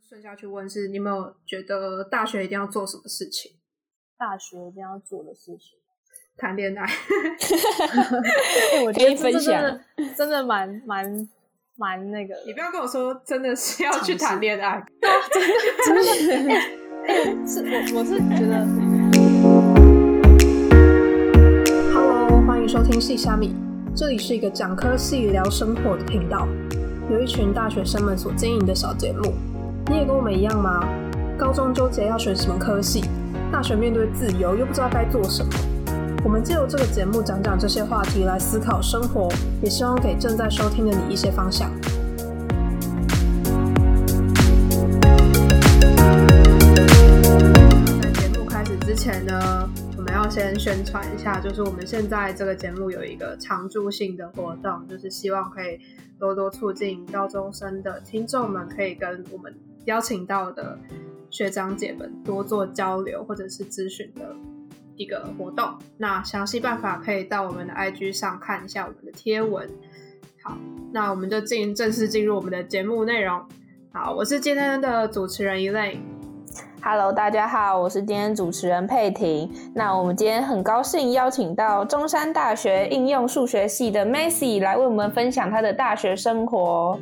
顺下去问是，你有没有觉得大学一定要做什么事情？大学一定要做的事 情。谈恋爱，哎我可觉得以这分真享的，真的蛮蛮蛮那个的。你不要跟我说真的是要去谈恋 爱。啊哎是我我是觉得 Hello，欢迎收听细虾米，这里是一个讲科系聊生活的频道，由一群大学生们所经营的小节目。你也跟我们一样吗？高中纠结要选什么科系，大学面对自由又不知道该做什么。我们借由这个节目讲讲这些话题来思考生活，也希望给正在收听的你一些方向。在节目开始之前呢，我们要先宣传一下，就是我们现在这个节目有一个常驻性的活动，就是希望可以多多促进高中生的听众们可以跟我们邀请到的学长姐们多做交流或者是咨询的一个活动。那详细办法可以到我们的 IG 上看一下我们的贴文。好，那我们就进正式进入我们的节目内容。好，我是今天的主持人 Elaine。 Hello，大家好，我是今天主持人佩婷。那我们今天很高兴邀请到中山大学应用数学系的 Macy 来为我们分享她的大学生活。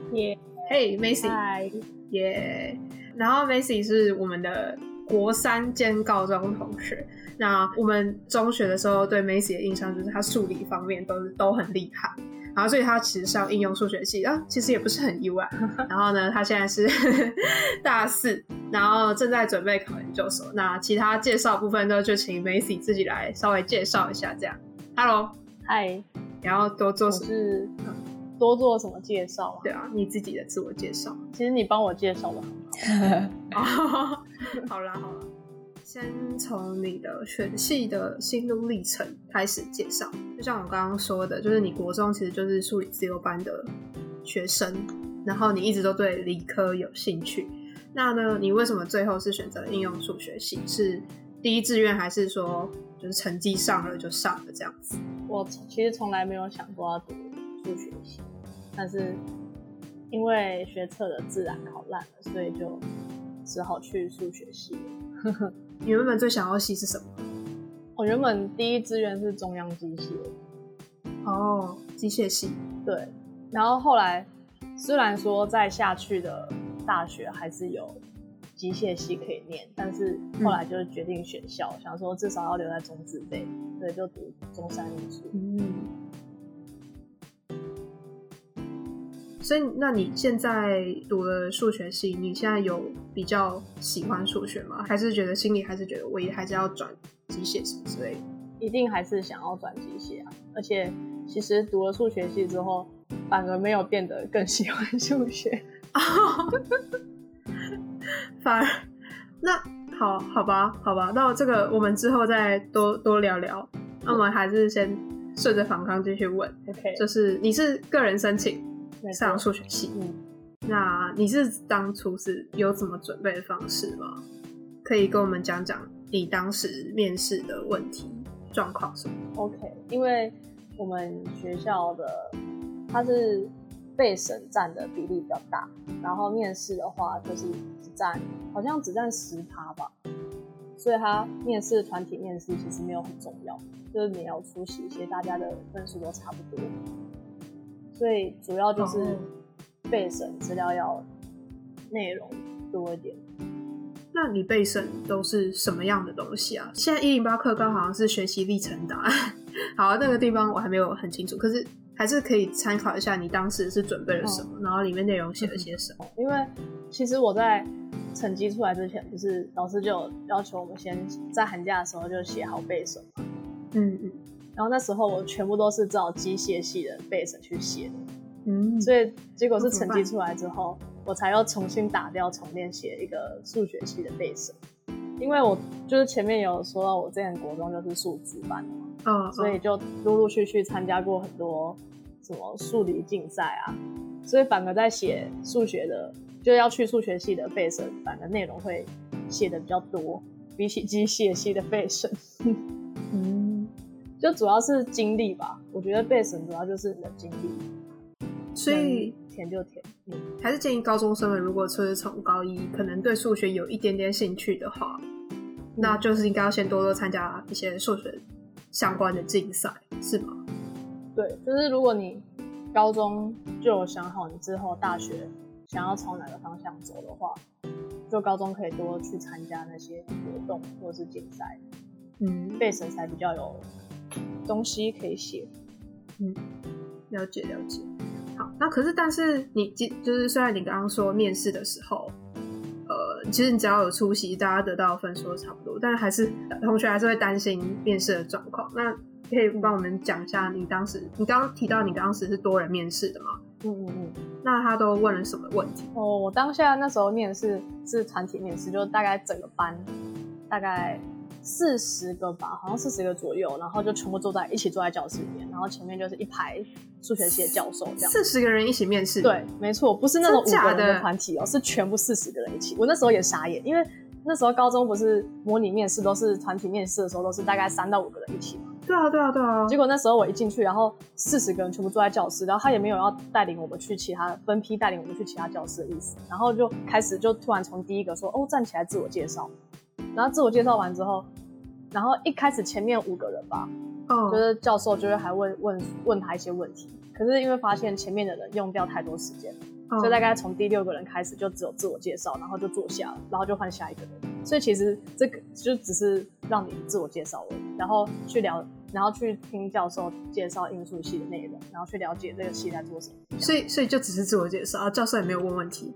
嘿、m a c y 在耶、然后 Macy 是我们的国三兼高中同学。那我们中学的时候对 Macy 的印象就是她数理方面都是都很厉害，然后所以她其实上应用数学系啊，其实也不是很意外。 然后呢，她现在是 大四，然后正在准备考研究所。那其他介绍部分呢，就请 Macy 自己来稍微介绍一下这样。Hello，嗨，你要多做我什么？是多做什么介绍嘛？对啊，你自己的自我介绍。其实你帮我介绍吧。 哦，好啦好啦，先从你的选系的心路历程开始介绍。就像我刚刚说的，就是你国中其实就是数理自由班的学生，然后你一直都对理科有兴趣。那呢，你为什么最后是选择应用数学系？是第一志愿，还是说就是成绩上了就上了这样子？我其实从来没有想过要读数学系，但是因为学测的自然考烂了，所以就只好去数学系了。你原本最想要系是什么？我原本第一志愿是中央机械，哦，机械系。对，然后后来虽然说在下去的大学还是有机械系可以念，但是后来就决定选校，想说至少要留在中职类，所以就读中山艺术。嗯，所以，那你现在读了数学系，你现在有比较喜欢数学吗？还是觉得心里还是觉得我也还是要转机械什么之类的？ 一定还是想要转机械啊。而且其实读了数学系之后，反而没有变得更喜欢数学。反而，那好好吧，好吧，那这个我们之后再多多聊聊。那我们还是先顺着反康继续问， OK，就是你是个人申请没上错数学系，嗯，那你是当初是有怎么准备的方式吗？可以跟我们讲讲你当时面试的问题状况什么？ OK，因为我们学校的它是被审占的比例比较大，然后面试的话就是只占好像只占十趴吧，所以它面试团体面试其实没有很重要，就是你要出席一些大家的分数都差不多，所以主要就是哦备审资料要内容多一点。那你备审都是什么样的东西啊？现在一零八课纲好像是学习历程档案， 好，那个地方我还没有很清楚，可是还是可以参考一下你当时是准备了什么，哦然后里面内容写了些什么。因为其实我在成绩出来之前，就是老师就有要求我们先在寒假的时候就写好备审嘛。嗯嗯然后那时候我全部都是照机械系的备审去写的，嗯，所以结果是成绩出来之后，我才又重新打掉重练写一个数学系的备审。因为我就是前面有说到，我之前国中就是数资班的嘛，嗯，所以就陆陆续续参加过很多什么数理竞赛啊，所以反而在写数学的，就要去数学系的备审，反而内容会写的比较多，比起机械系的备审， 嗯，就主要是经历吧。我觉得备审主要就是你的经历，所以填就填。嗯，还是建议高中生们，如果说是从高一可能对数学有一点点兴趣的话，那就是应该要先多多参加一些数学相关的竞赛，是吧？对，就是如果你高中就有想好你之后大学想要朝哪个方向走的话，就高中可以多去参加那些活动或是竞赛，嗯，背神才比较有东西可以写。了解了解。好，那可是但是你即就是虽然你刚刚说面试的时候，呃，其实你只要有出席，大家得到的分数都差不多，但是还是同学还是会担心面试的状况。那可以帮我们讲一下你当时，你刚刚提到你当时是多人面试的嘛？嗯嗯嗯。那他都问了什么问题？哦，我当下那时候面试是团体面试，就大概整个班大概四十个吧，好像四十个左右，然后就全部坐在一起坐在教室里面，然后前面就是一排数学系的教授这样。四十个人一起面试，对，没错，不是那种五真假个人的的团体哦，是全部四十个人一起。我那时候也傻眼，因为那时候高中不是模拟面试都是团体面试的时候都是大概三到五个人一起嘛，对啊，对啊，对啊。结果那时候我一进去，然后四十个人全部坐在教室，然后他也没有要带领我们去其他分批带领我们去其他教室的意思，然后就开始就突然从第一个说哦站起来自我介绍，然后自我介绍完之后，然后一开始前面五个人吧，哦，就是教授就会还问问问他一些问题，可是因为发现前面的人用掉太多时间，哦所以大概从第六个人开始就只有自我介绍，然后就坐下了，然后就换下一个人。所以其实这个就只是让你自我介绍而已，然后去聊，然后去听教授介绍应数系的内容，然后去了解这个系在做什么。所以所以就只是自我介绍，啊教授也没有问问题。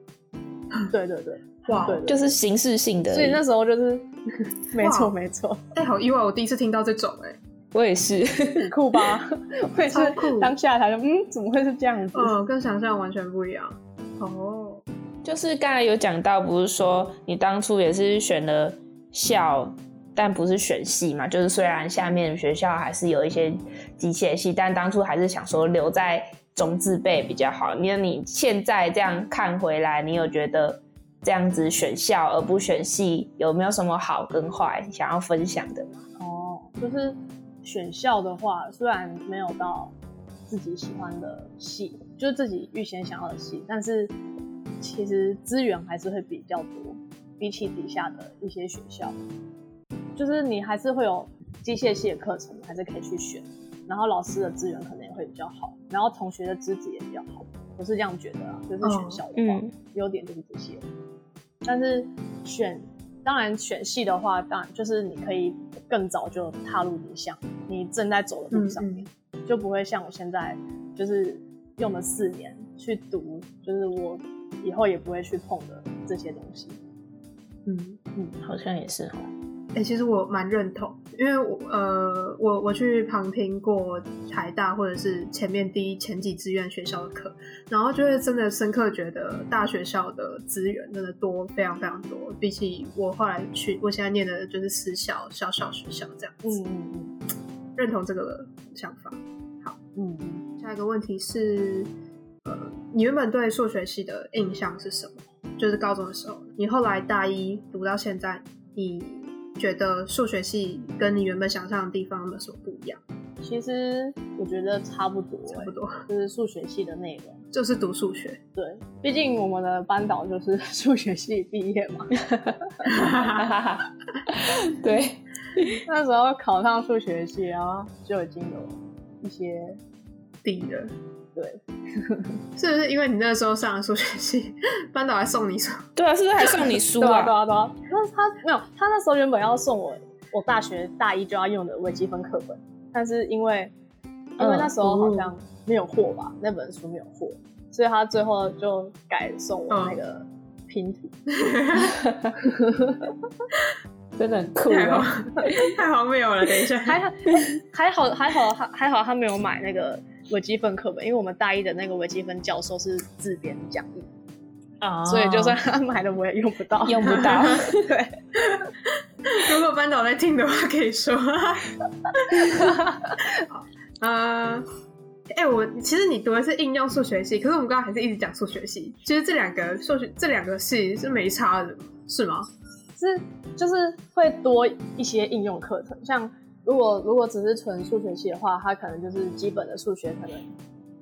对对对，哇，对对就是形式性的而已。所以那时候就是 没错哇没错，哎、好意外，我第一次听到这种、哎，我也是，很酷吧？ 我也是超酷当下才说，嗯，怎么会是这样子？嗯，跟想象完全不一样。哦，就是刚才有讲到，不是说你当初也是选了校，但不是选系嘛？就是虽然下面学校还是有一些机械系，但当初还是想说留在中字辈比较好。那你现在这样看回来，你有觉得这样子选校而不选系有没有什么好跟坏想要分享的吗？哦，就是选校的话，虽然没有到自己喜欢的系，就是自己预先想要的系，但是其实资源还是会比较多，比起底下的一些学校，就是你还是会有机械系的课程，还是可以去选，然后老师的资源可能也会比较好，然后同学的资质也比较好，我是这样觉得啊，就是选校的话，嗯优点就是这些，但是选当然选系的话，当然就是你可以更早就踏入你想你正在走的路嗯上面，嗯，就不会像我现在就是用了四年去读，就是我以后也不会去碰的这些东西。嗯，好像也是哦。哎、其实我蛮认同，因为我呃，我我去旁听过台大或者是前面第一前几志愿学校的课，然后就会真的深刻觉得大学校的资源真的多，非常非常多，比起我后来去我现在念的就是私校、小小学校这样子，嗯嗯认同这个想法。嗯嗯下一个问题是，呃，你原本对数学系的印象是什么？就是高中的时候，你后来大一读到现在，你觉得数学系跟你原本想象的地方有没有什么不一样？嗯，其实我觉得差不多、差不多， 欸就是数学系的内容。就是读数学。对，毕竟我们的班导就是 数学系毕业嘛，哦 对，那时候考上数学系，然后就已经有一些底了，对， 是不是因为你那时候上了数学系，班导还送你书？对啊，是不是还送你书 对啊，对啊？啊，对啊。那他没有，他那时候原本要送我我大学大一就要用的微积分课本，但是因为因嗯为那时候好像没有货吧，那本书没有货，所以他最后就改送我嗯那个拼图。真的很酷太哦。啊荒啊 太荒谬了！等一下，还好， 还好，还好，还还好，他没有买那个微积分课本，因为我们大一的那个微积分教授是自编讲义，啊所以就算他买了我也用不到。用不 到。对。 如果班导在听的话，可以说。 好，呃，哎、我其实你读的是应用数学系，可是我们刚刚还是一直讲数学系。其实这两个数学这两个系是没差的，是吗？是就是会多一些应用课程，像如果如果只是纯数学系的话，它可能就是基本的数学，可能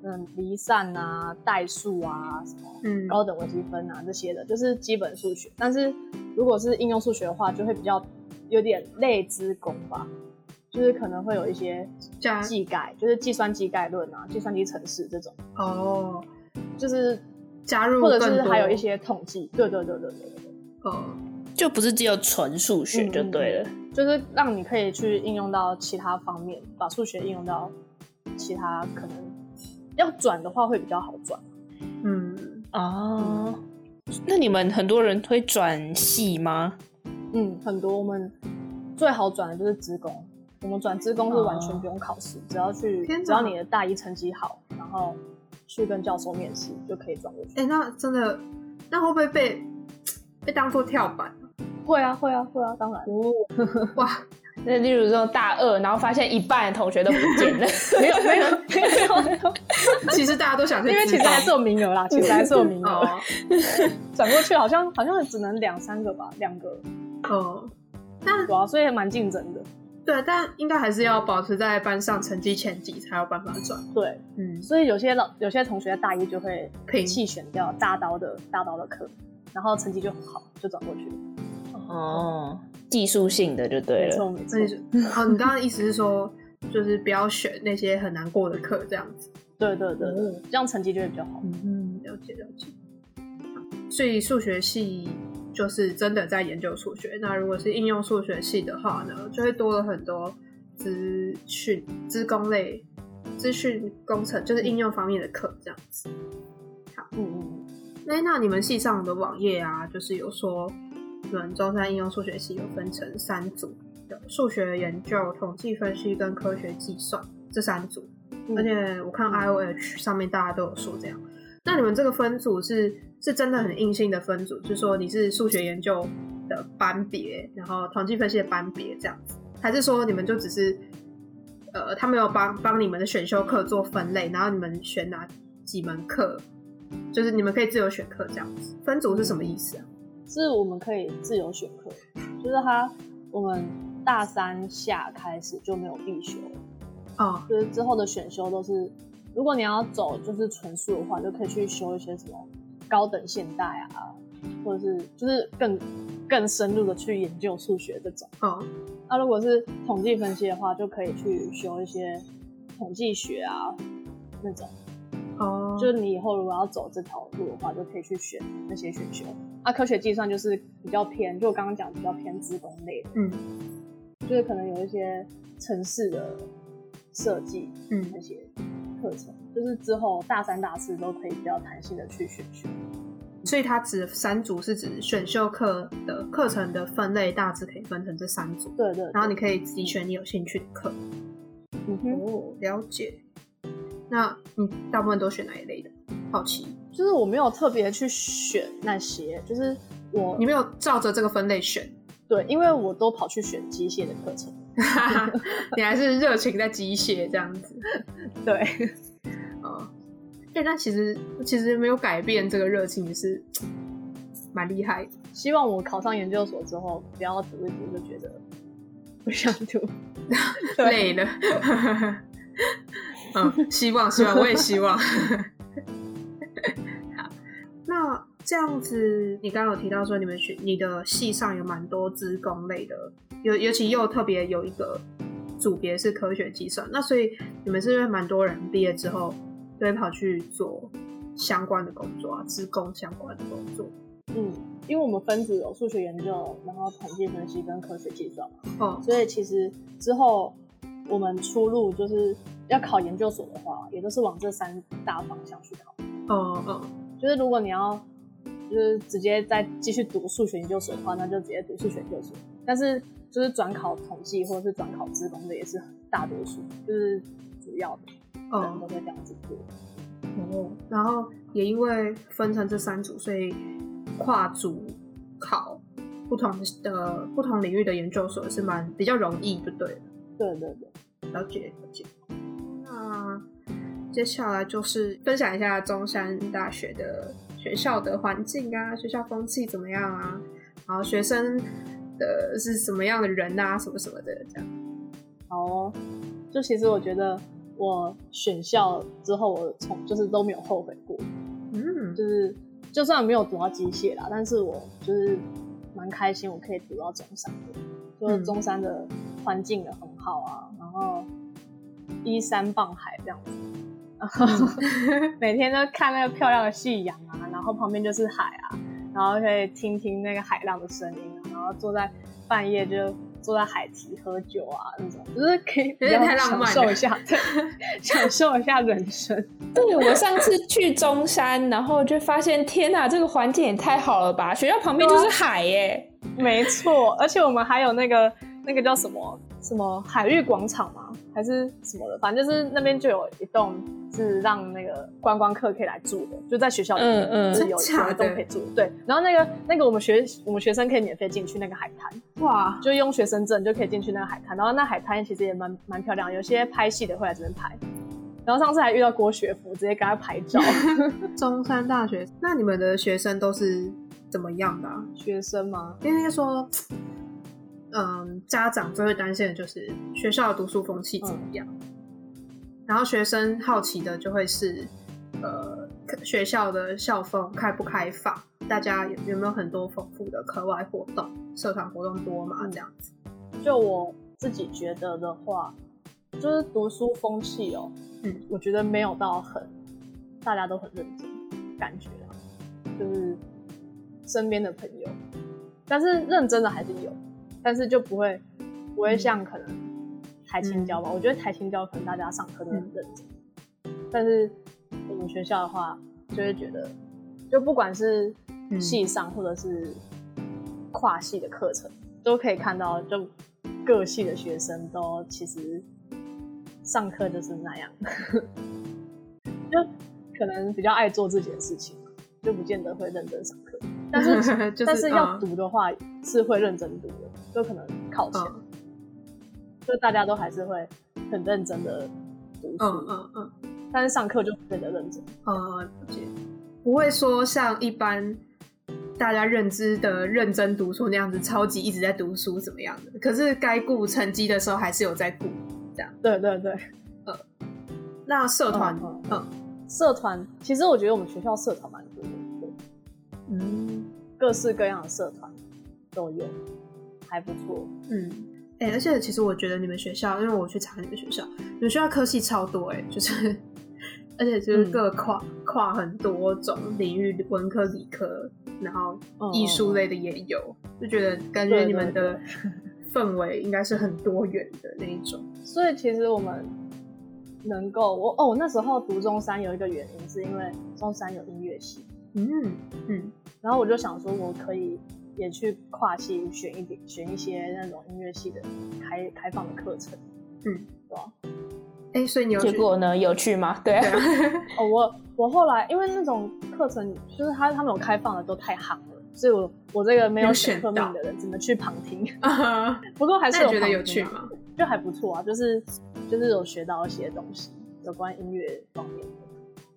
嗯离散啊、代数啊什么嗯，高等微积分啊这些的，就是基本数学。但是如果是应用数学的话，就会比较有点类之功吧，就是可能会有一些加技概，就是计算机概论啊、计算机程式这种，哦，就是加入或者更是多还有一些统计，对对对对对对呃，就不是只有纯数学就对了。就是让你可以去应用到其他方面，把数学应用到其他可能要转的话会比较好转。嗯，哦，那你们很多人会转系吗？嗯，很多我们最好转的就是职工，我们转职工是完全不用考试，只要去天哪只要你的大一成绩好，然后去跟教授面试就可以转过去。哎、那真的，那会不会被被当做跳板？ 会啊会啊会啊，当然 哦，哇，那例如说大二，然后发现一半的同学都不见了， 没有没有，其实大家都想去因知道，为其实还是有名 额啦，其实还是有名额，哦 转过去好像好像只能两三个吧，两个哦，对啊，所以蛮竞争的。对，啊但应该还是要保持在班上成绩前几才有办法转。对，嗯，所以有些老有些同学大一就会拼弃选掉大刀的大刀的课，然后成绩就很好，就转过去了。哦，技术性的就对没了。错没错那，你是哦，你刚刚意思是说，就是不要选那些很难过的课，这样子。对对对对哦，这样成绩就会比较好。嗯，了解了解。所以数学系就是真的在研究数学。那如果是应用数学系的话呢，就会多了很多资讯、资工类、资讯工程，就是应用方面的课这样子。嗯嗯，嗯哎，那你们系上的网页啊，就是有说，你们中山应用数学系有分成三组，有数学研究、统计分析跟科学计算这三组。嗯而且我看 IOH 上面大家都有说这样。那你们这个分组是是真的很硬性的分组，就是说你是数学研究的班别，然后统计分析的班别这样子，还是说你们就只是呃，他们有帮帮你们的选修课做分类，然后你们选哪几门课，就是你们可以自由选课这样子。分组是什么意思啊？是我们可以自由选课，就是他我们大三下开始就没有必修了，哦，就是之后的选修都是，如果你要走就是纯数的话，你就可以去修一些什么高等现代啊，或者是就是更更深入的去研究数学这种。哦，那如果是统计分析的话，就可以去修一些统计学啊那种。哦，就是你以后如果要走这条路的话，就可以去选那些选修。那、科学计算就是比较偏，就我刚刚讲比较偏资工类的，嗯就是可能有一些城市的设计嗯那些课程，就是之后大三、大四都可以比较弹性的去选修。所以它指三组是指选修课的课程的分类，大致可以分成这三组，对对对然后你可以自己选你有兴趣的课。嗯哼，哦，了解。那你大部分都选哪一类的？好奇，就是我没有特别去选那些，就是我你没有照着这个分类选， 对，因为我都跑去选机械的课程。你还是热情在机械这样子对，哦。哎、那其实其实没有改变这个热情也是蛮厉害的。希望我考上研究所之后，不要读一读就觉得不想读。累对了。 嗯，希望，希望，我也希 望。好，那这样子，你刚刚有提到说你们学你的系上有蛮多资工类的，尤尤其又特别有一个组别是科学计算，那所以你们是不是蛮多人毕业之后就会跑去做相关的工作啊，资工相关的工作？ 嗯，因为我们分组有数学研究，然后统计分析跟科学计算嘛，哦，所以其实之后我们出路就是要考研究所的话，也都是往这三大方向去考。哦，哦，就是如果你要就是直接再继续读数学研究所的话，那就直接读数学研究所。但是就是转考统计或者是转考资工的也是大多数，就是主要的人哦都。会这样子做。哦，然后也因为分成这三组，所以跨组考不同的不同领域的研究所是蛮比较容易，就对了。对对对。了解了解。那接下来就是分享一下中山大学的学校的环境啊，学校风气怎么样啊，然后学生的是什么样的人啊，什么什么的这样。好哦，就其实我觉得我选校之后，我从就是都没有后悔过，嗯，就是就算没有读到机械啦，但是我就是蛮开心，我可以读到中山的，嗯就是中山的环境也很好啊，然后依山傍海这样子，然后嗯 每天都看那个漂亮的夕阳啊，然后旁边就是海啊，然后可以听听那个海浪的声音啊，然后坐在半夜就。坐在海堤喝酒啊，那种就是可以比有点较太浪漫了享受一下， 对，享受一下人生。对我上次去中山，然后就发现天哪，这个环境也太好了吧！学校旁边就是海耶、没错，而且我们还有那个那个叫什么什么海域广场吗？还是什么的？反正就是那边就有一栋是让那个观光客可以来住的，就在学校里面嗯嗯就是有真假有一的栋可以住的。对，然后那个那个我们学我们学生可以免费进去那个海滩，哇，就用学生证就可以进去那个海滩。然后那海滩其实也蛮蛮漂亮，有些拍戏的会来这边拍。然后上次还遇到郭学福，直接给他拍 照。中山大学，那你们的学生都是怎么样的、啊？学生吗？因为说，嗯，家长最会担心的就是学校的读书风气怎么嗯样，然后学生好奇的就会是，呃，学校的校风开不开放，大家有有没有很多丰富的课外活动，社团活动多嘛？这样子，就我自己觉得的话，就是读书风气哦，嗯，我觉得没有到很大家都很认真，感觉啊，就是身边的朋友，但是认真的还是有，但是就不会不会像可能台青教吧，我觉得台青教可能大家上课都很认真，但是我们学校的话，就会觉得，就不管是嗯系上或者是跨系的课程，都可以看到，就各系的学生都其实上课就是那样， 就可能比较爱做自己的事情，就不见得会认真上课。但是 就是但是要嗯读的话，是会认真读的，就可能考前，嗯就大家都还是会很认真的读嗯书，嗯嗯但是上课就不变得认真。呃，了解不会说像一般大家认知的认真读书那样子，超级一直在读书怎么样的。可是该顾成绩的时候还是有在顾。对对对，那社团，嗯嗯社团其实我觉得我们学校社团蛮多的，对嗯各式各样的社团都有，还不错。嗯，哎、而且其实我觉得你们学校，因为我去查你们学校，你们学校科系超多哎、就是而且就是各跨、跨很多种领域，文科、理科，然后艺术类的也有，就觉得感觉对你们对的氛围应该是很多元的那一种。 所以其实我们能够，我哦，我那时候读中山有一个原因，是因为中山有音乐系，嗯嗯然后我就想说，我可以也去跨系选一点，选一些那种音乐系的开开放的课程。嗯，对啊哎、所以你有结去果呢，有趣吗？对对啊，啊，哦，我我后来因为那种课程就是他他们有开放的都太夯了，所以我我这个没没有有选选课到命的人只能去旁听。啊不过还是那有你觉得旁有听趣啊吗？就还不错啊，就是就是有学到一些东西，有关音乐方面的。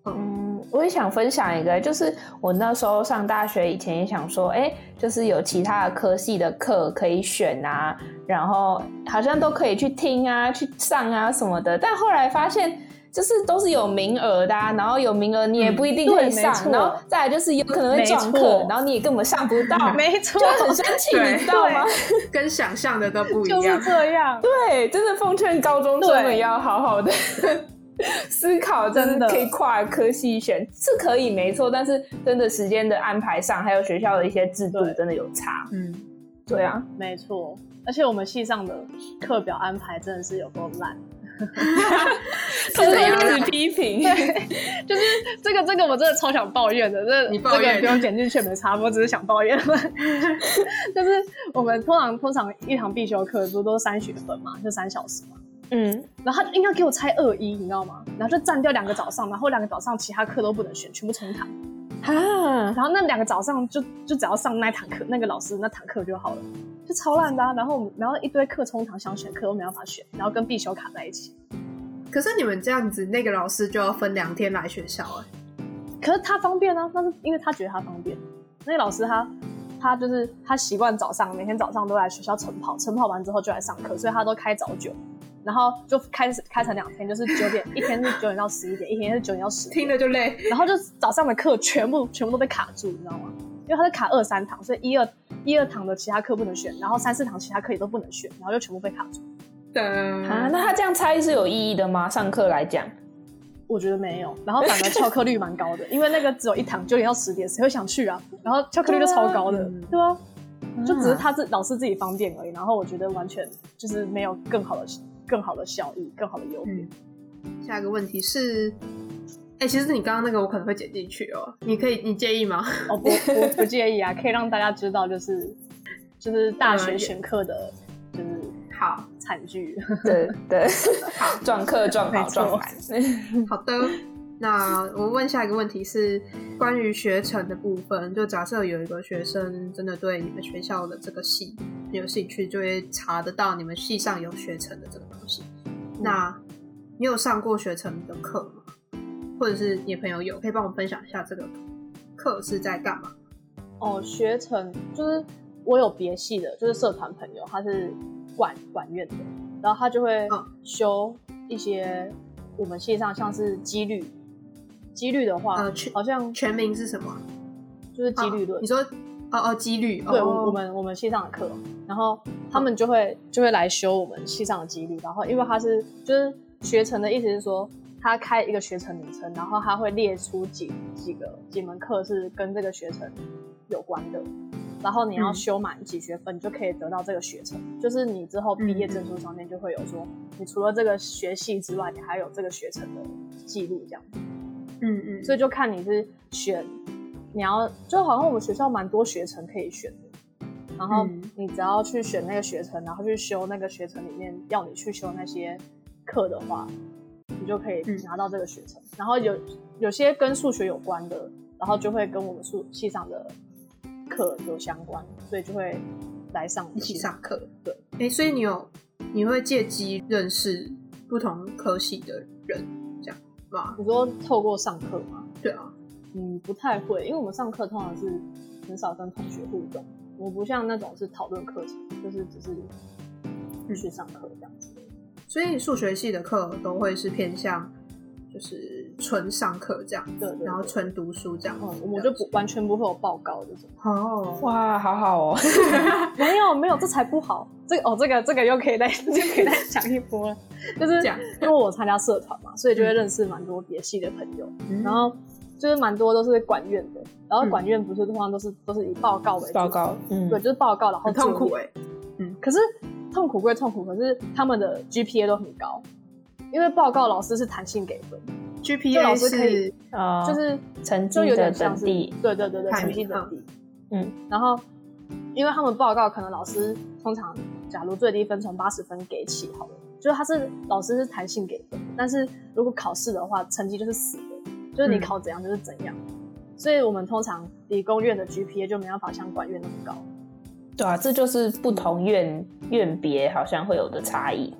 嗯，我也想分享一个，就是我那时候上大学以前也想说，哎、就是有其他的科系的课可以选啊，然后好像都可以去听啊、去上啊什么的，但后来发现。就是都是有名额的、啊，然后有名额你也不一定嗯可以对没上，错然后再来就是有可能会撞没课错，然后你也根本上不到， 没错就很生气，对你知道吗？跟想象的都不一就是样。这样。对，真的奉劝高中生们嗯对要好好的 思考，就是真的可以跨科系选是可以没错，但是真的时间的安排上，还有学校的一些制度对真的有差。嗯，对啊，没错，而且我们系上的课表安排真的是有够烂。偷偷怎样一直批评。就是这个这个我真的超想抱怨的，这你抱怨这个不用剪进去也没差，我只是想抱怨。 就是我们通常通常一堂必修课不都是三学分嘛，就三小时嘛， 嗯，然后他硬要给我拆二一，你知道吗？然后就占掉两个早上，然后两个早上其他课都不能选，全部重堂。啊，然后那两个早上就就只要上那堂课，那个老师那堂课就好了，就超烂的、啊。然后我们然后一堆课冲堂想选课都没办法选，然后跟必修卡在一起。可是你们这样子，那个老师就要分两天来学校哎、可是他方便啊，那是因为他觉得他方便。那个老师他他就是他习惯早上每天早上都来学校晨跑，晨跑完之后就来上课，所以他都开早九，然后就开始开成两天，就是九点一天是九点到十一点，一天是九点到十点，听了就累。然后就早上的课全部全部都被卡住，你知道吗？因为它是卡二三堂，所以一二一二堂的其他课不能选，然后三四堂其他课也都不能选，然后就全部被卡住。啊，嗯，那他这样猜是有意义的吗？上课来 讲，我觉得没有，然后反而翘课率蛮高的，因为那个只有一堂九点到十点，谁会想去啊？然后翘课率就超高的，对啊，就只是他自老师自己方便而已。然后我觉得完全就是没有更好的更好的效益，更好的优点。下一个问题是，哎、其实你刚刚那个我可能会剪进去哦，你可以，你介意吗？哦，不不不介意啊，可以让大家知道就是就是大学嗯选课的，就是好，惨剧。对对， 撞课撞没好错撞满。好的。那我问下一个问题是关于学程的部分，就假设有一个学生真的对你们学校的这个系很有兴趣，就会查得到你们系上有学程的这个东西。嗯那你有上过学程的课吗？或者是你的朋友有，可以帮我分享一下这个课是在干嘛？嗯哦，学成就是我有别系的，就是社团朋友，他是管管院的，然后他就会嗯修一些我们系上像是几率，几率的话，呃嗯全好像全名是什么啊？就是几率论。你说哦哦，几率。对，哦、我我们我们系上的课，然后他们就会就会来修我们系上的几率，然后因为他是就是学程的意思是说，他开一个学程名称，然后他会列出几几个几门课是跟这个学程有关的，然后你要嗯修满几学分，你就可以得到这个学程，就是你之后毕业证书上面就会有说，你除了这个学系之外，你还有这个学程的记录这样子。嗯嗯，所以就看你是选你要，就好像我们学校蛮多学程可以选的，然后嗯你只要去选那个学程，然后去修那个学程里面要你去修那些课的话，你就可以嗯拿到这个学程。然后有有些跟数学有关的，然后就会跟我们数系上的课有相关，所以就会来上我一们起系上课。对，哎、所以你有你会借机认识不同科系的人，这样吗？你说透过上课吗？对啊，嗯，不太会，因为我们上课通常是很少跟同学互动，我们不像那种是讨论课程，就是只是去上课这样子。所以数学系的课都会是偏向就是纯上课这样，对对对然后纯读书这样。嗯，我们就不完全不会有报告这种。哦， 哇，好好 哦，没有没有，这才不好。这个哦，这个这个又可以再 就可以再讲一波了。就是这样因为我参加社团嘛，所以就会认识蛮多别系的朋友，嗯然后就是蛮多都是管院的，然后管院不是通常都是都是以报告为主报告，嗯对，，就是报告，然后很痛苦作业哎、可是痛苦归痛苦，可是他们的 GPA 都很高，因为报告老师是弹性给分， g 就 p 老 a 师可以是啊，就是成就绩有的点像等是地，对对对对，排成名绩等地。嗯，然后因为他们报告可能老师通常假如最低分从八十分给起好了，就是他是老师是弹性给分，但是如果考试的话，成绩就是死的，就是你嗯考怎样就是怎样。所以我们通常理工院的 GPA 就没办法像管院那么高。对啊，这就是不同院院别好像会有的差异。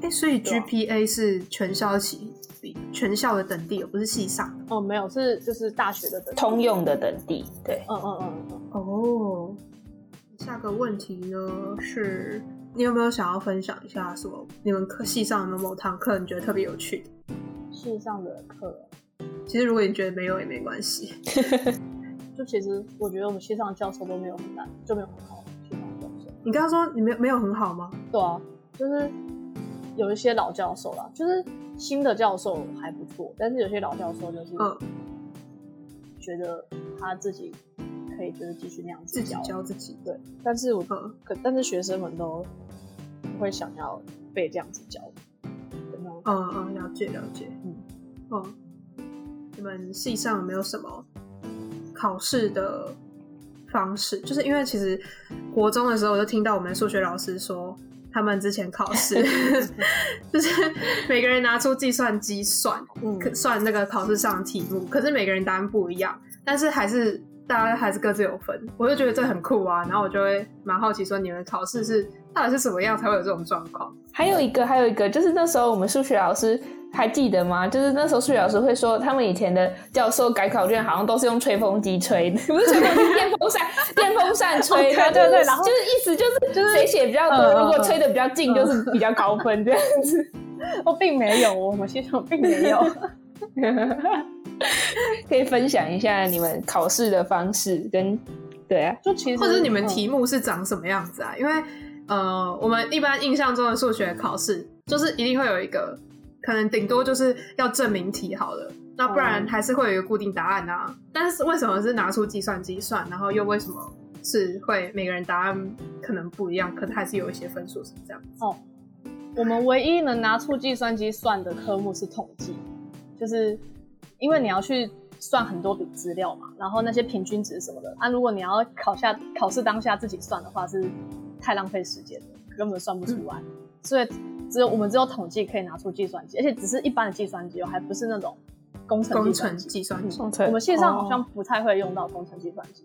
哎、所以对啊 GPA 是全校起比全校的等地，而不是系上。哦，没有，是就是大学的等级通。用的等地，对，嗯嗯嗯嗯嗯。哦，下个问题呢是，你有没有想要分享一下什么？你们科系上有没有某堂课你觉得特别有趣的？系上的课，其实如果你觉得没有也没关系。就其实我觉得我们系上的教授都没有很难，就没有很好。系上的教授，你刚刚说你没有没有很好吗？对啊，就是有一些老教授啦，就是新的教授还不错，但是有些老教授就是嗯，觉得他自己可以就是继续那样自子己教，教自己。对。但是我嗯，可但是学生们都不会想要被这样子教的那种感觉嗯嗯，了解了解。嗯，哦，你们系上有没有什么考试的方式？就是因为其实国中的时候，我就听到我们数学老师说，他们之前考 试就是每个人拿出计算机算，嗯可算那个考试上的题目，可是每个人答案不一样，但是还是大家还是各自有分，我就觉得这很酷啊，然后我就会蛮好奇说你们考试是到底是什么样才会有这种状况？还有一个，还有一个，就是那时候我们数学老师还记得吗？就是那时候数学老师会说，他们以前的教授改考卷好像都是用吹风机吹的， 不是吹风机，电风 扇，电风扇吹的。哦对对对就是然后就是意思就是就是谁写比较多，嗯嗯如果吹的比较近，就是比较高分 这样子。我哦并没有，我们系上并 没有。可以分享一下你们考试的方式跟对啊，就其实或者是你们嗯题目是长什么样子啊？因为呃，我们一般印象中的数学考试就是一定会有一个，可能顶多就是要证明题好了，那不然嗯还是会有一个固定答案啊。但是为什么是拿出计算机算，然后又为什么是会每个人答案可能不一样，可能还是有一些分数是这样。我们唯一能拿出计算机算的科目是统计，就是因为你要去算很多笔资料嘛，然后那些平均值什么的啊，如果你要考下考试当下自己算的话，是太浪费时间了，根本算不出来。所以只有我们只有统计可以拿出计算机，而且只是一般的计算机哦，还不是那种工程工计算程机。计算机，工程我们线上哦好像不太会用到工程计算机，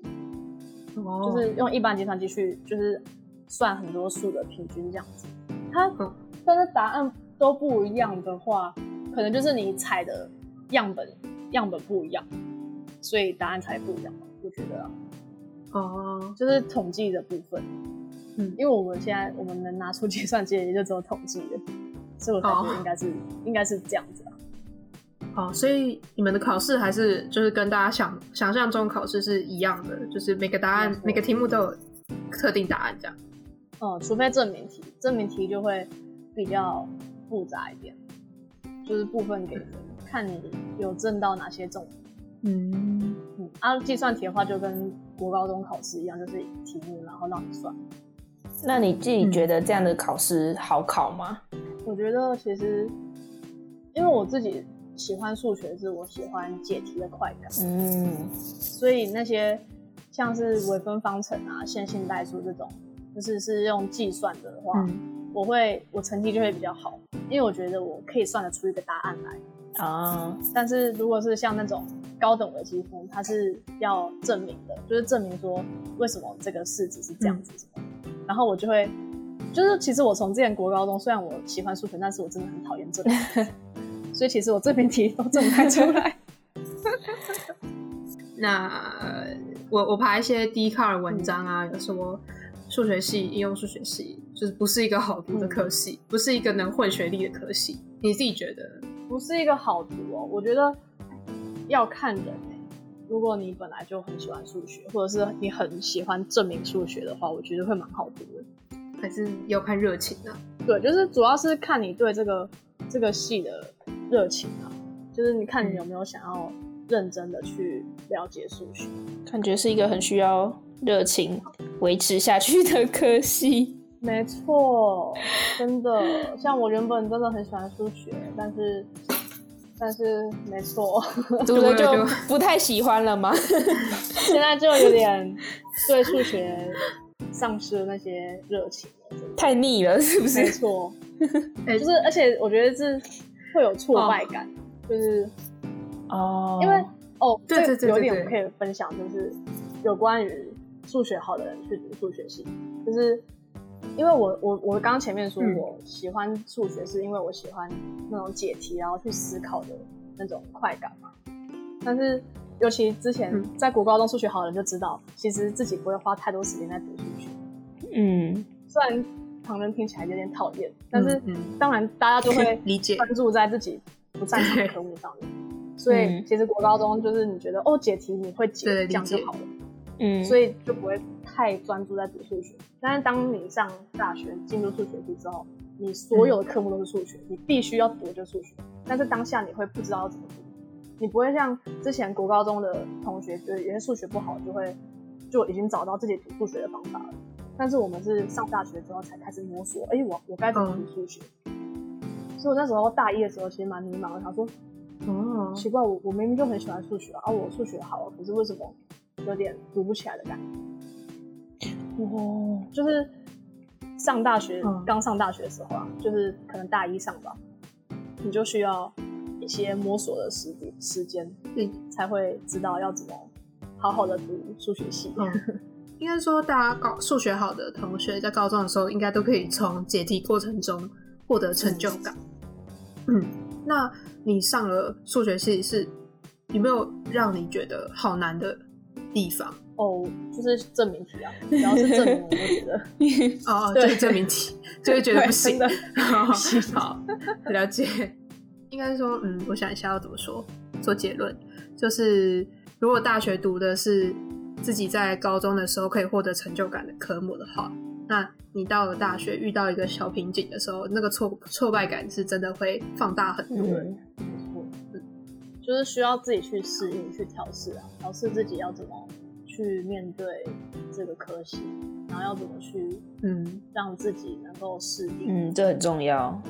就嗯就是用一般计算机去就是算很多数的平均这样子。它嗯但是答案都不一样的话，可能就是你采的样本样本不一样，所以答案才不一样吧。我觉得、啊、哦，就是统计的部分，嗯因为我们现在我们能拿出 计算机的也就只有统计的，所以我才哦觉得应该是、应该是这样子啊。好，哦所以你们的考试还是就是跟大家想想象中考试是一样的，就是每个答没案错每个题目都有特定答案这样。嗯，除非证明题，证明题就会比较复杂一点，就是部分给分，看你有证到哪些重点。嗯，嗯，啊，计算题的话就跟国高中考试一样，就是题目然后让你算。那你自己觉得这样的考试好考吗？我觉得其实，因为我自己喜欢数学，是我喜欢解题的快感，嗯，所以那些像是微分方程啊、线性代数这种，就是是用计算的话，嗯我会我成绩就会比较好，因为我觉得我可以算得出一个答案来。 啊，但是如果是像那种高等微积分，它是要证明的，就是证明说为什么这个式子是这样子什么的。然后我就会，就是其实我从之前国高中，虽然我喜欢数学，但是我真的很讨厌证明，所以其实我这边题都证不太出来。那呃我我爬一些 d 卡的文章啊，有说数学系、应用数学系就是不是一个好读的科系，不是一个能混学历的科系。你自己觉得？不是一个好读哦，我觉得要看人、欸、如果你本来就很喜欢数学，或者是你很喜欢证明数学的话，我觉得会蛮好读的。还是要看热情啊？对，就是主要是看你对这个这个戏的热情啊，就是你看你有没有想要认真的去了解数学。感觉是一个很需要热情维持下去的科系。 没错，真的，像我原本真的很喜欢数学，但是但是没错，读了读就嗯了就不太喜欢了吗？现在就有点对数学丧失了那些热情了，真的太腻了，是不没是？错，哎就是而且我觉得是会有挫败感，就是哦因为哦，对这对对有对点我对可以分享，就是有关于数学好的人去读数学系，就是因为我我我刚刚前面说嗯我喜欢数学，是因为我喜欢那种解题然后去思考的那种快感嘛。但是尤其之前嗯在国高中数学好的人就知道，其实自己不会花太多时间在读数学，嗯，虽然旁人听起来有点讨厌，但是嗯嗯当然大家就会理解专注在自己不擅长的科目上面。所以嗯其实国高中就是你觉得哦解题你会解对这样就理解好了，嗯，所以以就不会太专注在读数学。但是当你上大学进入数学系之后，你所有的科目都是数学，你必须要读就是数学，但是当下你会不知道怎么读，你不会像之前国高中的同学，就是有些数学不好就会就已经找到自己读数学的方法了。但是我们是上大学之后才开始摸索，哎、我我该怎么读数学？所以我那时候大一的时候其实蛮迷茫的，想说哦，奇怪，我我明明就很喜欢数学啊，我数学好啊，可是为什么有点读不起来的感觉？哦，就是上大学嗯刚、上大学的时候啊，就是可能大一上吧，你就需要一些摸索的时时间，嗯才会知道要怎么好好的读数学系。嗯，应该说大家高数学好的同学在高中的时候，应该都可以从解题过程中获得成就感。嗯，那你上了数学系是有没有让你觉得好难的地方？哦，就是证明题啊，只要是 证明，我就觉得哦，就对是证明 题，就会觉得对不行真。的好， 好了解。应该说，嗯，我想一下要怎么说，做结论，就是如果大学读的是自己在高中的时候可以获得成就感的科目的话，那你到了大学遇到一个小瓶颈的时候，那个挫挫败感是真的会放大很多。嗯，没错，嗯，就是需要自己去适应、去调试啊，调试自己要怎么去面对这个科系，然后要怎么去嗯让自己能够适应，嗯，这很重要。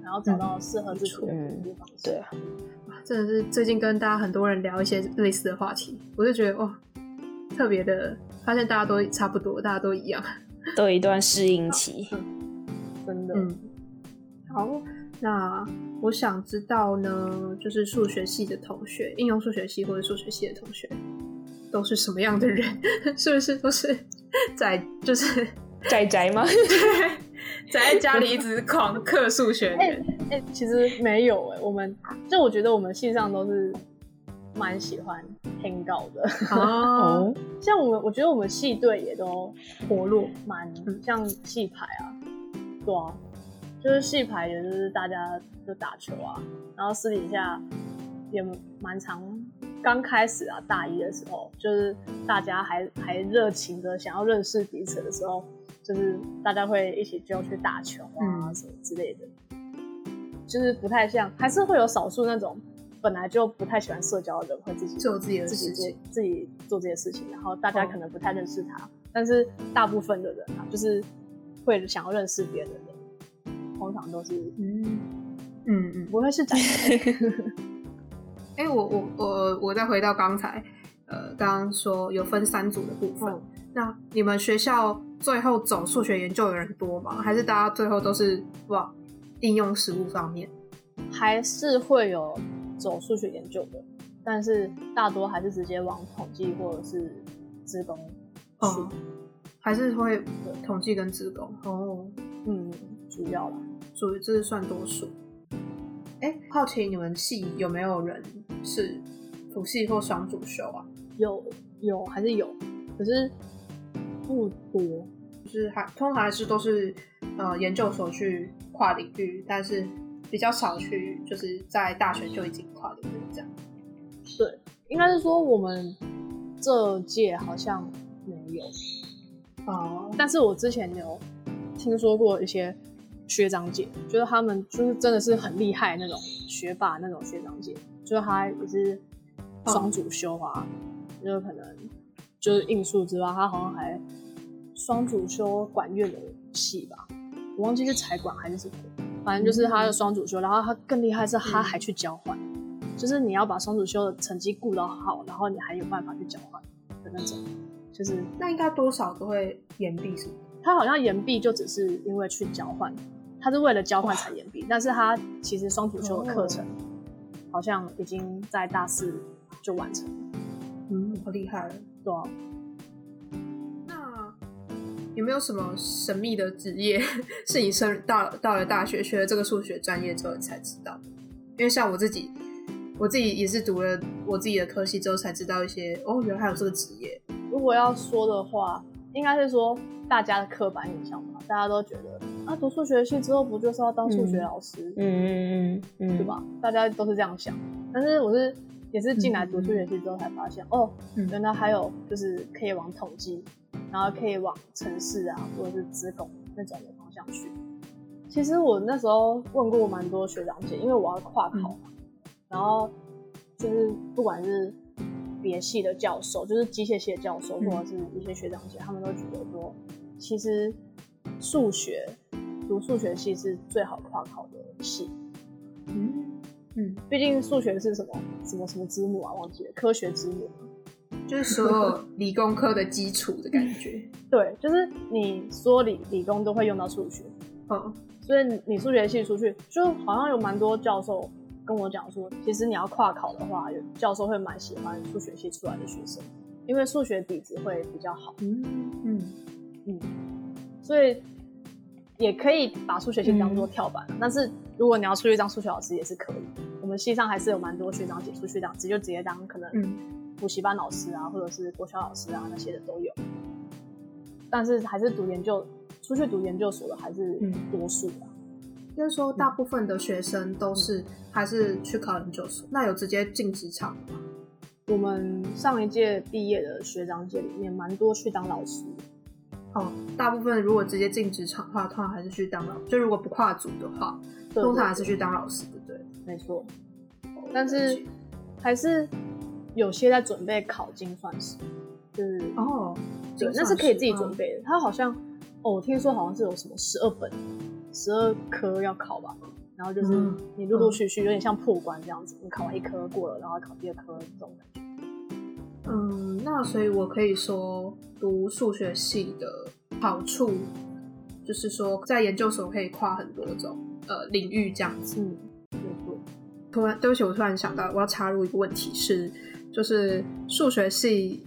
然后找到适合自己的嗯读书方式。对啊，真的是最近跟大家很多人聊一些类似的话题，我就觉得哇，特别的发现大家都差不多，大家都一样。都有一段适应期。真的，嗯，好，那我想知道呢，就是数学系的同学，应用数学系或者数学系的同学，都是什么样的人？ 是不是都是 在就是 宅宅吗？ 宅在家里一直狂刻数学哦的人？ 哎、其实没有哎、我们就我觉得我们系上都是蛮喜欢听稿的。哦，哦，像我们，我觉得我们系队也都活络，蛮嗯像系排啊，对啊，就是系排也就是大家就打球啊，然后私底下也蛮常。刚开始啊，大一的时候，就是大家还还热情的想要认识彼此的时候，就是大家会一起就去打球啊嗯什么之类的，就是不太像，还是会有少数那种本来就不太喜欢社交的人会自己做自己的自己事做情自己做这些事情，然后大家哦可能不太认识他，但是大部分的人啊，就是会想要认识别人的人，通常都是嗯嗯嗯，不会是宅男 哎、我我我我再回到刚才，呃，刚刚说有分三组的部分，嗯那你们学校最后走数学研究的人多吗？还是大家最后都是往应用实务方面？还是会有走数学研究的，但是大多还是直接往统计或者是职工去哦，还是会统计跟职工哦，嗯，主要啦。属于这是算多数。哎、好奇你们系有没有人是辅系或双主修啊？有有还是有，可是不多。就是还通常还是都是呃研究所去跨领域，但是比较少去就是在大学就已经跨领域这样。对，应该是说我们这届好像没有，哦，但是我之前有听说过一些学长姐，就是他们就是真的是很厉害那种学霸那种学长姐，就是他也是双主修啊，就是可能就是应数之外，他好像还双主修管乐的系吧，我忘记是财管还是什么的，反正就是他的双主修，然后他更厉害是他还去交换，就是你要把双主修的成绩顾到好，然后你还有办法去交换的那种，就是。那应该多少都会延毕什么的？他好像延毕就只是因为去交换，他是为了交换才延毕，但是他其实双主修的课程好像已经在大四就完成了，嗯，好厉害哦。对啊，那有没有什么神秘的职业 是你升到到了大学学了这个数学专业之后你才知道的？因为像我自己，我自己也是读了我自己的科系之后才知道一些哦，原来还有这个职业。如果要说的话，应该是说大家的刻板印象吧，大家都觉得啊，读数学系之后不就是要当数学老师，嗯嗯嗯嗯，对吧？大家都是这样想，但是我是也是进来读数学系之后才发现，哦，嗯原来还有就是可以往统计，然后可以往城市啊或者是资工那种的方向去。其实我那时候问过蛮多学长姐，因为我要跨考嘛，嗯然后就是不管是别系的教授，就是机械系的教授，嗯或者是一些学长姐，他们都觉得说，其实数学读数学系是最好跨考的系，嗯嗯，毕竟数学是什么什么什么之母啊，忘记了科学之母。就是所有理工科的基础的感觉。对，就是你说理理工都会用到数学，哦，所以你数学系出去，就好像有蛮多教授跟我讲说，其实你要跨考的话，有教授会蛮喜欢数学系出来的学生，因为数学底子会比较好，嗯嗯所以也可以把数学系当做跳板。但是如果你要出去当数学老师也是可以，们系上还是有蛮多学长姐出去当，直接就直接当可能嗯，补习班老师啊，或者是国小老师啊那些的都有，但是还是读研究出去读研究所的还是嗯多数啊的、应该说大部分的学生都是还是去考研究所，那有直接进职场吗？我们上一届毕业的学长姐里面，蛮多去当老师的，哦，大部分如果直接进职场的话，通常还是去当老，就如果不跨组的话，对通常还是对去当老师，对不对？没错，但是还是有些在准备考精算师，就是哦，对，那是可以嗯自己准备的。他好像哦，我听说好像是有什么十二本、十二科要考吧，然后就是嗯你陆陆续续有点像破关这样子，你考完一科过了，然后考第二科这种感觉。嗯，那所以我可以说，读数学系的好处就是说，在研究所可以跨很多种呃领域这样子。嗯，没错，突然，对不起，我突然想到，我要插入一个问题是，就是数学系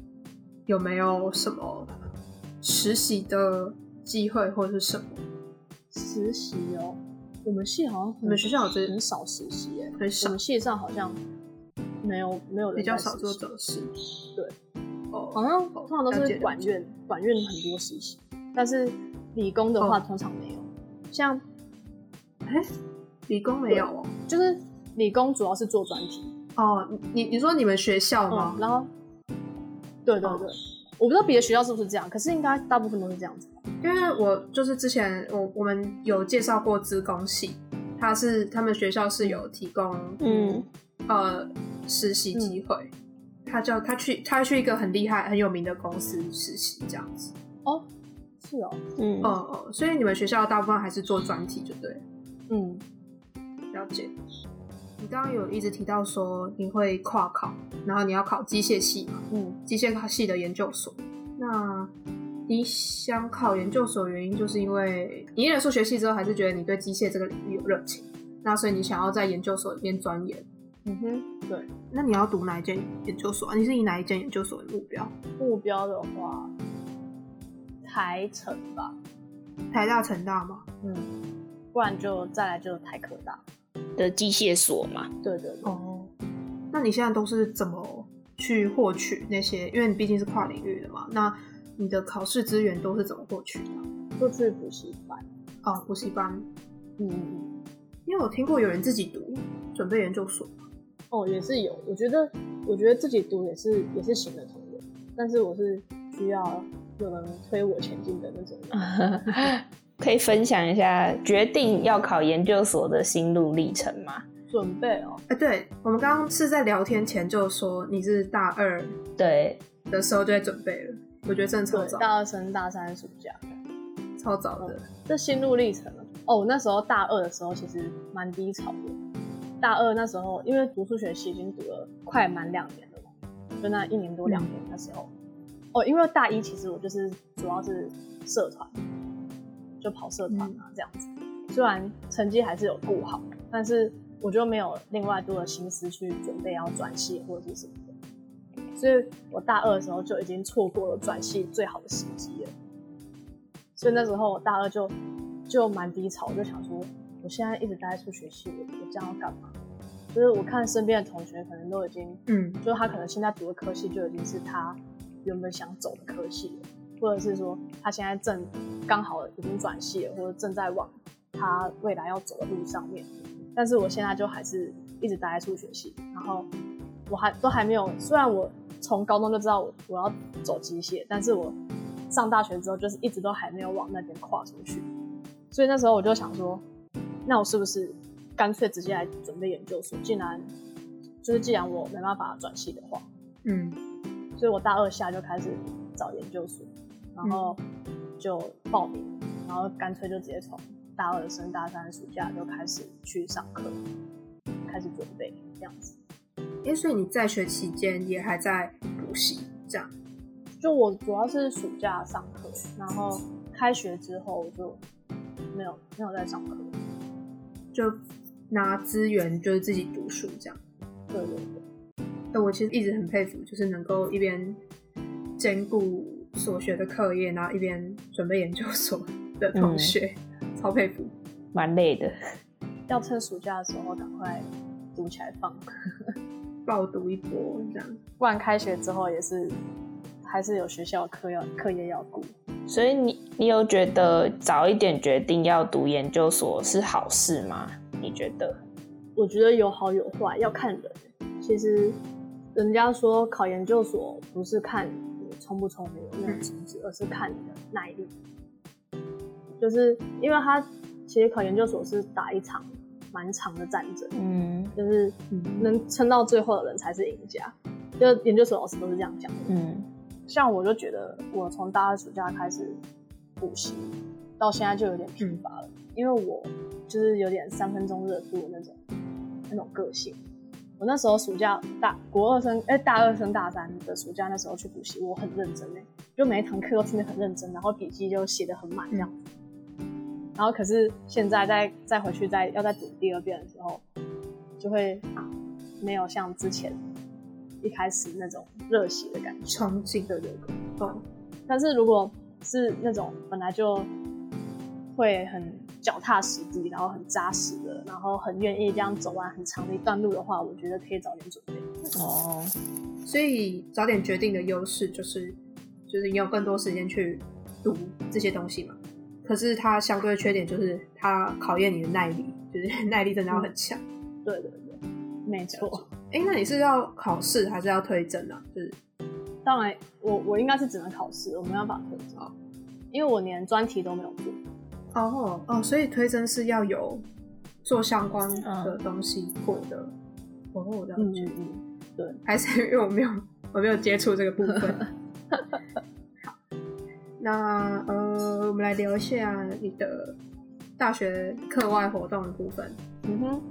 有没有什么实习的机会或是什么？实习哦，我们系好像你们学校有这很少实习耶，很我少们，系上好像没有没有人比较在少实做习这种事。对，哦，好像通常都了是解管了解院，管院很多实习，但是理工的话哦通常没有。像哎，理工没有哦。就是理工主要是做专题，哦，你你你说你们学校吗嗯，？然后对对哦对，我不知道别的学校是不是这样，可是应该大部分都是这样子。因为我就是之前我我们有介绍过资工系，它是他们学校是有提供嗯呃实习机会，他叫他去他去一个很厉害很有名的公司实习这样子，哦，是哦，嗯哦、哦、所以你们学校大部分还是做专题就对了，嗯，了解。你刚刚有一直提到说你会跨考，然后你要考机械系嘛，嗯，机械系的研究所。那你想考研究所的原因，就是因为你念了数学系之后，还是觉得你对机械这个领域有热情，那所以你想要在研究所里面钻研。嗯哼，对，那你要读哪一间研究所啊？你是以哪一间研究所为目标？目标的话，台城吧，台大、成大吗？嗯，不然就再来就台科大，的机械所嘛，对对对，哦，那你现在都是怎么去获取那些？因为你毕竟是跨领域的嘛，那你的考试资源都是怎么获取的？就去补习班，哦，补习班，嗯嗯嗯，因为我听过有人自己读准备研究所。哦，也是有，我觉得我觉得自己读也是也是行得通的，但是我是需要有人推我前进的那种人。 可以分享一下决定要考研究所的心路历程吗？准备哦，哎，对，我们刚刚是在聊天前就说你是大二对，的时候就在准备了，我觉得真的超对，早，大二升大三暑假，超早的。这心路历程啊哦，我那时候大二的时候其实蛮低潮的。大二那时候，因为读数学系已经读了快满两年了嘛，就那一年多两年那时候。哦，因为大一其实我就是主要是社团，就跑社团啊这样子。虽然成绩还是有顾好，但是我就没有另外多的心思去准备要转系或者是什么的。所以我大二的时候就已经错过了转系最好的时机了。所以那时候我大二就就蛮低潮，我就想说，我现在一直待在数学系，我我这样要干嘛？就是我看身边的同学可能都已经，嗯，就是他可能现在读的科系就已经是他原本想走的科系了，或者是说他现在正刚好已经转系了，或者正在往他未来要走的路上面。但是我现在就还是一直待在数学系，然后我还都还没有，虽然我从高中就知道我我要走机械，但是我上大学之后就是一直都还没有往那边跨出去，所以那时候我就想说，那我是不是干脆直接来准备研究所？既然就是既然我没办法转系的话，嗯，所以我大二下就开始找研究所，然后就报名，然后干脆就直接从大二升大三暑假就开始去上课，开始准备这样子。哎，所以你在学期间也还在补习，这样。就我主要是暑假上课，然后开学之后我就没有没有再上课。就拿资源就是自己读书这样。对对对，哎，我其实一直很佩服，就是能够一边兼顾所学的课业，然后一边准备研究所的同学，超佩服。蛮累的。要趁暑假的时候赶快读起来放，爆读一波这样。不然开学之后也是还是有学校课要课业要顾。所以你你有觉得早一点决定要读研究所是好事吗？你觉得？我觉得有好有坏，要看人。其实人家说考研究所不是看你聪不聪明、有没有资质，而是看你的耐力。就是因为他其实考研究所是打一场蛮长的战争，嗯就是能撑到最后的人才是赢家。就研究所老师都是这样讲的。嗯像我就觉得，我从大二暑假开始补习，到现在就有点疲乏了，因为我就是有点三分钟热度的那种那种个性。我那时候暑假大国二升哎、大二升大三的暑假那时候去补习，我很认真哎、就每一堂课都听得很认真，然后笔记就写得很满这样子。然后可是现在再再回去再要再读第二遍的时候，就会、啊、没有像之前一开始那种热血的感觉。憧憬对对对，嗯。但是如果是那种本来就会很脚踏实地，然后很扎实的，然后很愿意这样走完很长的一段路的话，我觉得可以早点准备。哦，所以早点决定的优势就是，就是你有更多时间去读这些东西嘛。可是它相对的缺点就是它考验你的耐力，就是 耐力真的要很强。对对对，没错。哎、那你是要考试还是要推甄啊？就是当然，我我应该是只能考试，我没办法推荐，因为我连专题都没有做。哦哦，所以推甄是要有做相关的东西过的。哦，我了嗯解。嗯嗯，还是因为我没有我没有接触这个部分。 好，那呃，我们来聊一下你的大学课外活动的部分。嗯哼，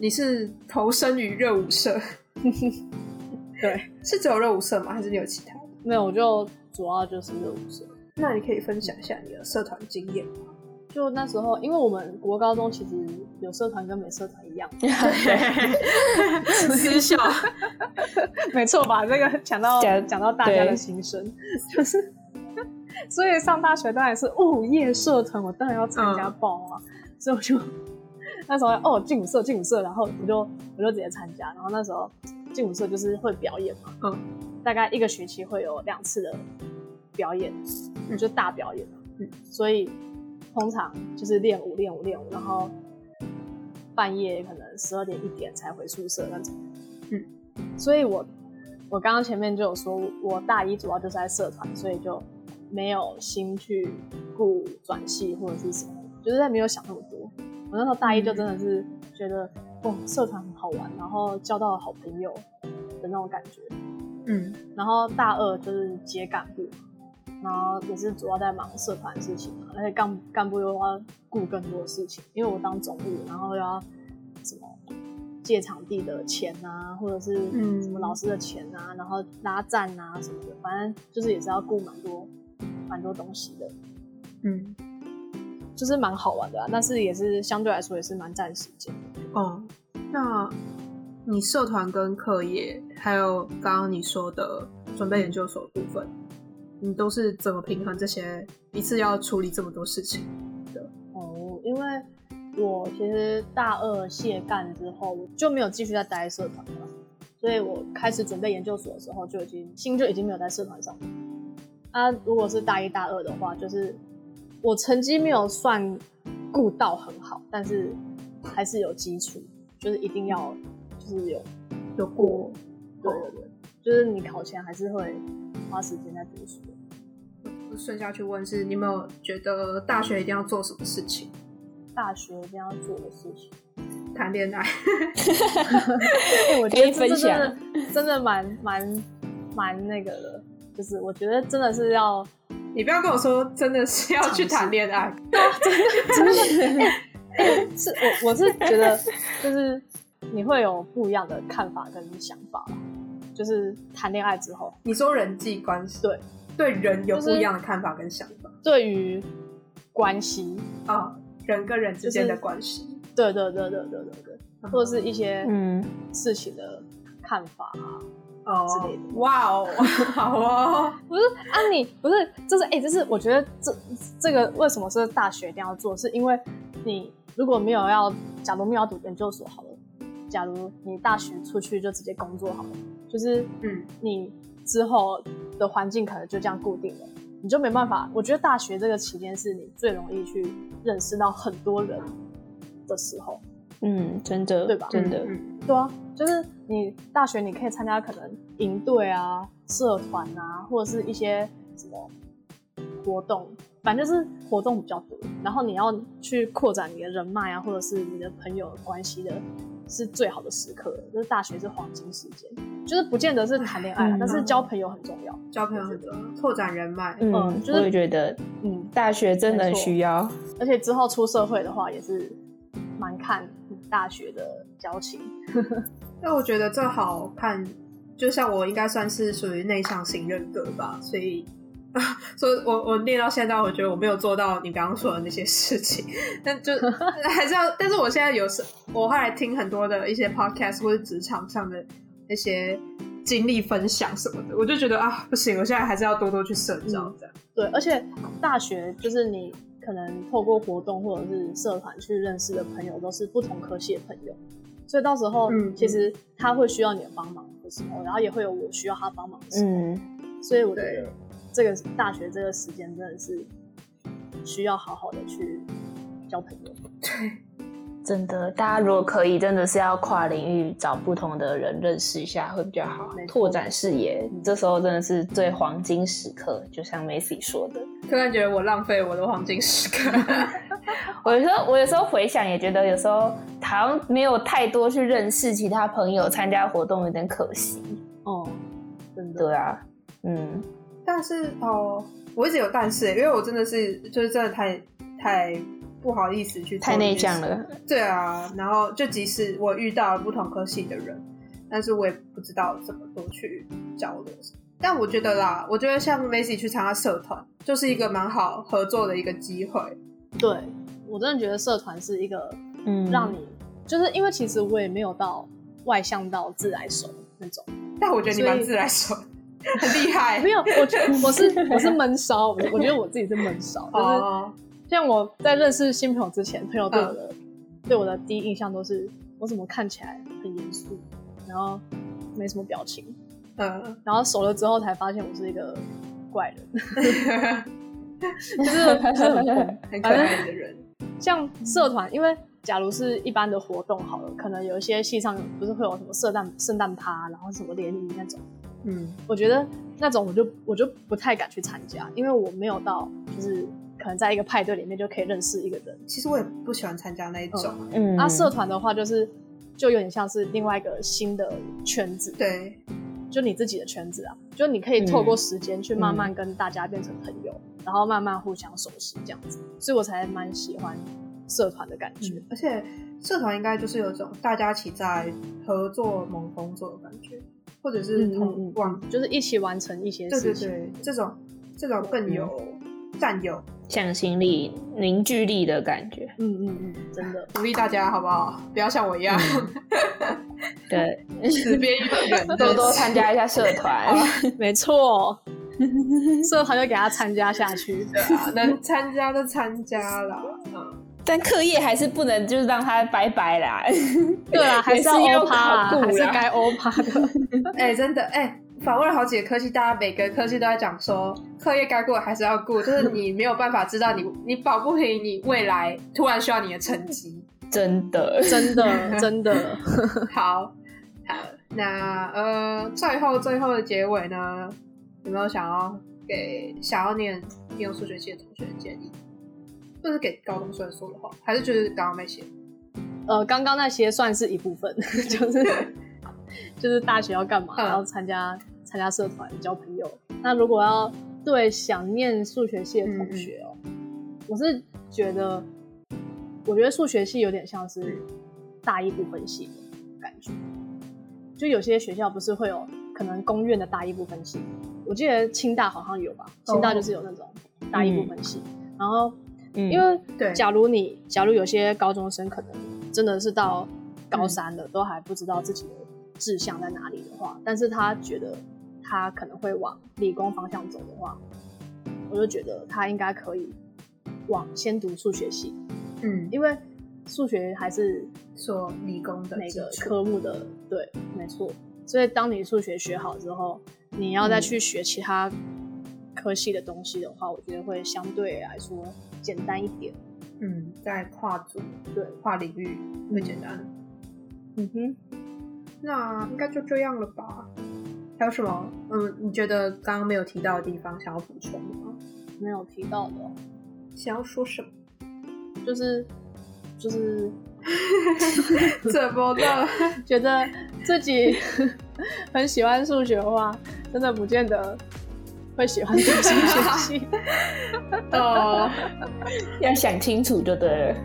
你是投身于热舞 社，对，是只有热舞社吗？还是你有其他？没有，我就主要就是热舞社。那你可以分享一下你的社团经验。就那时候，因为我们国高中其实有社团跟没社团一样， 嗯 私校，没错吧？这个讲到讲讲到大家的对心声，就是，所以上大学当然是哦夜社团，我当然要参加报啊，所以我就那时候哦劲舞社劲舞社，然后我就我就直接参加，然后那时候劲舞社就是会表演嘛，嗯，大概一个学期会有两次的表演，嗯就大表演嘛，嗯，所以通常就是练舞练舞练舞，然后半夜可能十二点一点才回宿舍那种。所以我我刚刚前面就有说，我大一主要就是在社团，所以就没有心去顾转系或者是什么，就是在没有想那么多。我那时候大一就真的是觉得，哦，社团很好玩，然后交到了好朋友的那种感觉。 嗯，然后大二就是接干部，然后也是主要在忙社团的事情嘛，而且干干部又要顾更多的事情，因为我当总务，然后又要什么借场地的钱啊，或者是嗯什么老师的钱啊，然后拉站啊什么的，反正就是也是要顾蛮多蛮多东西的，嗯，就是蛮好玩的、啊，但是也是相对来说也是蛮占时间的。哦，那你社团跟课业，还有刚刚你说的准备研究所部分，你都是怎么平衡这些一次要处理这么多事情？哦，因为我其实大二卸干之后，我就没有继续再待在社团了，所以我开始准备研究所的时候，就已经心就已经没有在社团上面。啊，如果是大一大二的话，就是我成绩没有算顾到很好，但是还是有基础，就是一定要就是有有过对对对，就是你考前还是会花时间在读书。顺下去问是，你有没有觉得大学一定要做什么事情？大学一定要做的事情，谈恋爱？ 哎，我觉得这可以分享这真的真的蛮蛮蛮那个的，就是我觉得真的是要， 你不要跟我说真的是要去谈恋爱，是我我是觉得就是你会有不一样的看法跟想法啦，就是谈恋爱之后，你说人际关系，对对人有就是不一样的看法跟想法对于关系，啊、人跟人之间的就是关系，对对对对对对对，或者是一些嗯，事情的看法啊，哦之类的，哇哦， 好哦，不是啊你，不是，就是哎、就是我觉得这这个为什么是大学一定要做，是因为你如果没有要，假如没有要读研究所好了，假如你大学出去就直接工作好了，就是嗯，你之后的环境可能就这样固定了，你就没办法。我觉得大学这个期间是你最容易去认识到很多人的时候。嗯，真的，对吧真的，嗯对啊，就是你大学你可以参加可能营队啊、社团啊，或者是一些什么活动，反正就是活动比较多。然后你要去扩展你的人脉啊，或者是你的朋友关系的，是最好的时刻了。就是大学是黄金时间，就是不见得是谈恋爱啊，嗯但是交朋友很重要。交朋友很重要，拓展人脉。嗯，嗯就是我也觉得嗯，大学真的没很错需要，而且之后出社会的话，也是蛮看你大学的交情。但我觉得这好看，就像我应该算是属于内向型人格吧，所以， 所以我我练到现在，我觉得我没有做到你刚刚说的那些事情， 但就还是要，但是我现在有时我后来听很多的一些 podcast 或者职场上的那些经历分享什么的，我就觉得啊，不行，我现在还是要多多去社交这样。 对，而且大学就是你可能透过活动或者是社团去认识的朋友，都是不同科系的朋友，所以到时候嗯其实他会需要你的帮忙的时候，然后也会有我需要他帮忙的时候，嗯，所以我觉对啊得这个大学这个时间真的是需要好好的去交朋友。真的，大家如果可以，真的是要跨领域找不同的人认识一下会比较好没，错拓展视野。嗯这时候真的是最黄金时刻，就像 Macy 说的。突然觉得我浪费我的黄金时刻，我有时候，我有时候回想也觉得，有时候好像没有太多去认识其他朋友，参加活动有点可惜。哦、真的，对啊，嗯，但是哦，我一直有但是、欸因为我真的是就是真的太太不好意思去做太这件内事向了。对啊，然后就即使我遇到了不同科系的人，但是我也不知道怎么多去交流。但我觉得啦，我觉得像 Macy 去参加社团，就是一个蛮好合作的一个机会。对我真的觉得社团是一个嗯，让你、就是因为其实我也没有到外向到自来熟那种。但我觉得你蛮所以自来熟，很厉 害 没。有，我觉我是我是闷骚，我我觉得我自己是闷骚，就是哦，像我在认识新朋友之前，朋友对我的、对我的第一印象都是我怎么看起来很严肃，然后没什么表情，嗯，然后熟了之后才发现我是一个怪人， 就是就是很 混很可爱的人。像社团，因为假如是一般的活动好了，可能有一些系上不是会有什么圣诞圣诞趴，然后什么联谊那种。嗯，我觉得那种我就我就不太敢去参加，因为我没有到就是可能在一个派对里面就可以认识一个人。其实我也不喜欢参加那一种。嗯啊，社团的话就是就有点像是另外一个新的圈子，对，嗯就你自己的圈子啊，就你可以透过时间去慢慢跟大家变成朋友，然后慢慢互相熟悉这样子，所以我才蛮喜欢社团的感觉。嗯，而且社团应该就是有一种大家一起在合作某工作的感觉，或者是嗯嗯同嗯往就是一起完成一些对对事情，对，这种这种更有占有，向心力、凝聚力的感觉。嗯嗯嗯，真的，鼓励大家好不好？不要像我一样 对，哦死憋一个人， 多多参加一下社团。没错，社团就给他参加下去。对啊， 能参加就参加啦。嗯， 但课业还是不能就是让他拜拜啦。 对啦，还是要也是要欧趴啦， 考还古是啦该欧趴的。哎、真的哎、访问了好几个科技，大家每个科技都在讲说，课业该过还是要过，就是你没有办法知道你你保不平你未来突然需要你的成绩。真的，真的，真的， 好，好，那呃，最后最后的结尾呢，有没有想要给想要念应用数学系的同学建议，或是给高中生说的话，还是就是刚刚那些？呃，刚刚那些算是一部分， 就是就是大学要干嘛，嗯然后参加参加社团交朋友。那如果要对想念数学系的同学哦，我是觉得，我觉得数学系有点像是大一部分系的感觉，就有些学校不是会有可能公院的大一部分系，我记得清大好像有吧，清大就是有那种大一部分系，然后嗯因为对假如你假如有些高中生可能真的是到高三了，都还不知道自己的志向在哪里的话，但是他觉得他可能会往理工方向走的话，我就觉得他应该可以往先读数学系，嗯，因为数学还是说理工的每基个础，科目的，对，没错。所以当你数学学好之后，你要再去学其他科系的东西的话，我觉得会相对来说简单一点。嗯，在跨组对，跨领域会简单。嗯哼，那应该就这样了吧？还有什么？嗯，你觉得刚刚没有提到的地方想要补充的吗？没有提到的哦、想要说什么？就是就是 怎么了？觉得自己 很喜欢数学的话，真的不见得会喜欢读心学系。 哦，要想清楚就对了。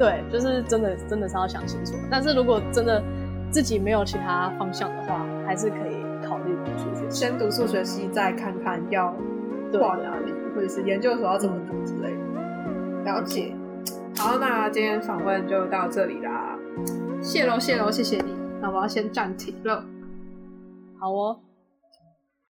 对，就是真的真的是要想清楚。但是如果真的自己没有其他方向的话，还是可以考虑读数学系。先读数学系，再看看要对跨哪里，或者是研究所要怎么读之类的。了解。好，那今天访问就到这里啦，谢喽谢喽，谢谢你。那我要先暂停了。好哦，